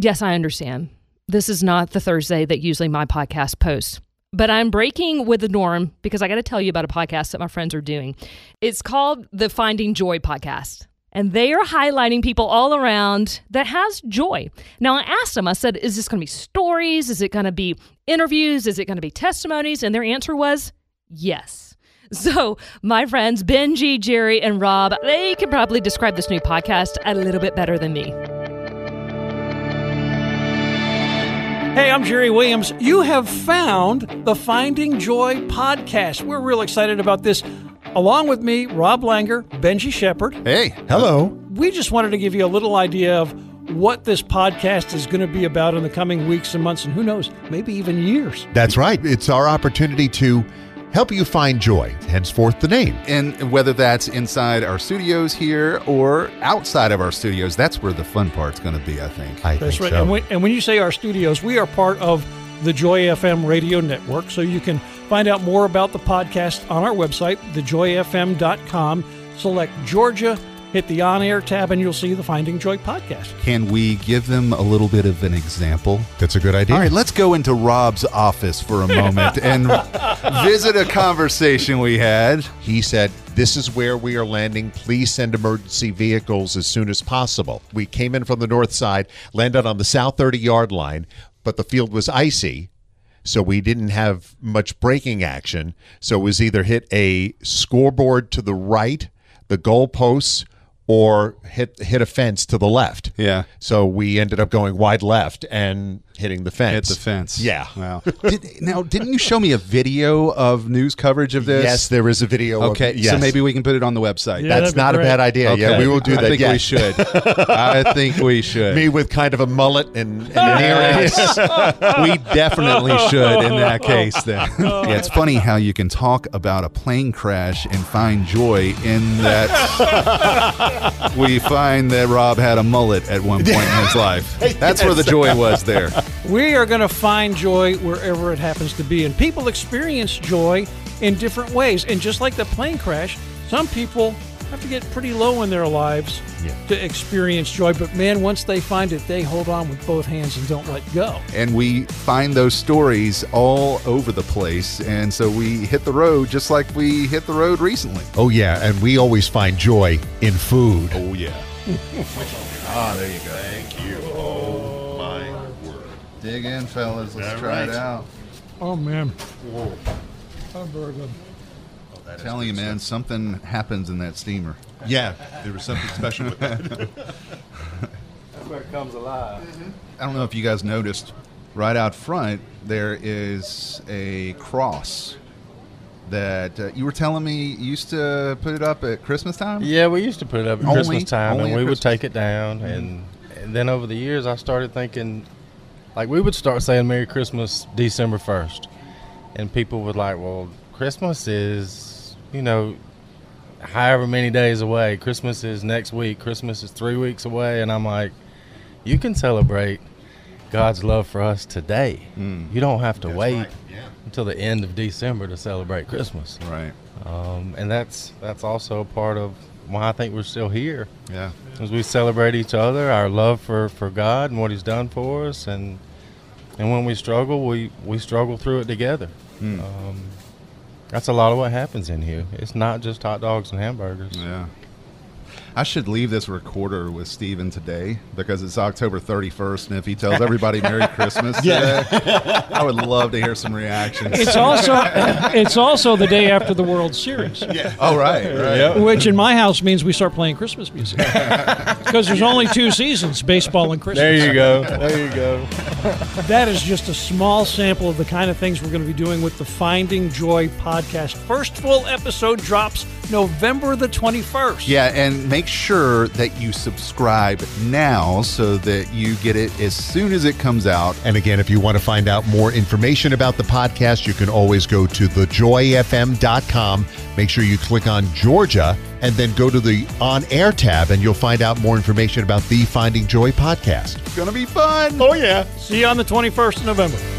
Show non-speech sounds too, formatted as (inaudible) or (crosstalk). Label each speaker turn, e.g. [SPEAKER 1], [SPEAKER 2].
[SPEAKER 1] Yes, I understand. This is not the Thursday that usually my podcast posts, but I'm breaking with the norm because I got to tell you about a podcast that my friends are doing. It's called the Finding Joy podcast. And they are highlighting people all around that has joy. Now, I asked them, I said, is this going to be stories? Is it going to be interviews? Is it going to be testimonies? And their answer was yes. (laughs) So, my friends, Benji, Jerry, and Rob, they can probably describe this new podcast a little bit better than me.
[SPEAKER 2] Hey, I'm Jerry Williams. You have found the Finding Joy podcast. We're real excited about this. Along with me, Rob Langer, Benji Shepard.
[SPEAKER 3] Hey, hello.
[SPEAKER 2] We just wanted to give you a little idea of what this podcast is going to be about in the coming weeks and months, and who knows, maybe even years.
[SPEAKER 3] That's right. It's our opportunity to help you find joy, henceforth the name.
[SPEAKER 4] And whether that's inside our studios here or outside of our studios, that's where the fun part's going to be, I think.
[SPEAKER 3] I
[SPEAKER 2] That's
[SPEAKER 3] think
[SPEAKER 2] right.
[SPEAKER 3] so.
[SPEAKER 2] And, when, and when you say our studios, we are part of the Joy FM radio network. So you can find out more about the podcast on our website, thejoyfm.com. Select Georgia, hit the on air tab, and you'll see the Finding Joy podcast.
[SPEAKER 4] Can we give them a little bit of an example?
[SPEAKER 3] That's a good idea.
[SPEAKER 4] All right, let's go into Rob's office for a moment and visit a conversation we had.
[SPEAKER 3] He said, This is where we are landing. Please send emergency vehicles as soon as possible. We came in from the north side, landed on the south 30 yard line, but the field was icy. So we didn't have much braking action. So it was either hit a scoreboard to the right, the goalposts, or hit hit a fence to the left.
[SPEAKER 4] Yeah.
[SPEAKER 3] So we ended up going wide left and hitting the
[SPEAKER 4] Hit
[SPEAKER 3] fence.
[SPEAKER 4] the fence.
[SPEAKER 3] Yeah.
[SPEAKER 4] Wow. Did, now, didn't you show me a video of news coverage of this?
[SPEAKER 3] Yes, there is a video. of-
[SPEAKER 4] Okay.
[SPEAKER 3] yes.
[SPEAKER 4] So maybe we can put it on the website.
[SPEAKER 2] Yeah, that'd
[SPEAKER 3] that's
[SPEAKER 2] be
[SPEAKER 3] not a
[SPEAKER 2] great.
[SPEAKER 3] bad idea. Yeah,
[SPEAKER 4] Okay.
[SPEAKER 3] we will do
[SPEAKER 4] I
[SPEAKER 3] that.
[SPEAKER 4] think
[SPEAKER 3] yes.
[SPEAKER 4] we should. I think we should.
[SPEAKER 3] (laughs) me with kind of a mullet and, and an earring.
[SPEAKER 4] Yes. we definitely should in that case then. (laughs) yeah, it's funny how you can talk about a plane crash and find joy in that (laughs) we find that Rob had a mullet at one point in his (laughs) life. That's where the joy was there.
[SPEAKER 2] We are going to find joy wherever it happens to be. And people experience joy in different ways. And just like the plane crash, some people have to get pretty low in their lives to experience joy. But man, once they find it, they hold on with both hands and don't let go.
[SPEAKER 4] And we find those stories all over the place. And so we hit the road just like we hit the road recently.
[SPEAKER 3] Oh yeah, and we always find joy in food.
[SPEAKER 4] Oh yeah. (laughs) ah, there you go. Thank you. Oh my word. Dig in, fellas. Let's try it out.
[SPEAKER 2] Oh man.
[SPEAKER 4] I'm telling you, man, something happens in that steamer.
[SPEAKER 3] Yeah, there was something special with that.
[SPEAKER 4] (laughs) I don't know if you guys noticed, right out front there is a cross that uh, you were telling me you used to put it up at Christmas time.
[SPEAKER 5] Yeah, we used to put it up at
[SPEAKER 4] Only-
[SPEAKER 5] Christmas time,
[SPEAKER 4] only
[SPEAKER 5] and
[SPEAKER 4] at
[SPEAKER 5] we would
[SPEAKER 4] Christmas. Mm-hmm.
[SPEAKER 5] take it down, and, and then over the years, I started thinking, like we would start saying Merry Christmas December first, and people would like, well, Christmas is you know, however many days away. Christmas is next week. Christmas is three weeks away, and I'm like, you can celebrate God's love for us today.
[SPEAKER 4] Mm.
[SPEAKER 5] You don't have to wait until the end of December to celebrate Christmas
[SPEAKER 4] Right.
[SPEAKER 5] um, and that's that's also a part of why I think we're still here,
[SPEAKER 4] Yeah.
[SPEAKER 5] as we celebrate each other, our love for, for God and what He's done for us, and and when we struggle, we we struggle through it together. Um, that's a lot of what happens in here. It's not just hot dogs and hamburgers.
[SPEAKER 4] Yeah. I should leave this recorder with Steven today because it's October 31st, and if he tells everybody Merry Christmas today, I would love to hear some reactions.
[SPEAKER 2] It's also (laughs) it's also the day after the World Series,
[SPEAKER 4] oh, right. right.
[SPEAKER 2] which in my house means we start playing Christmas music (laughs) because there's only two seasons: baseball and Christmas.
[SPEAKER 5] There you go. There you go.
[SPEAKER 2] (laughs) That is just a small sample of the kind of things we're going to be doing with the Finding Joy podcast. First full episode drops November the 21st.
[SPEAKER 4] Yeah, and make sure that you subscribe now so that you get it as soon as it comes out.
[SPEAKER 3] And again, if you want to find out more information about the podcast, you can always go to thejoyfm.com. Make sure you click on Georgia and then go to the on air tab and you'll find out more information about the Finding Joy podcast.
[SPEAKER 4] It's going to be fun.
[SPEAKER 2] Oh, yeah. See you on the 21st of November.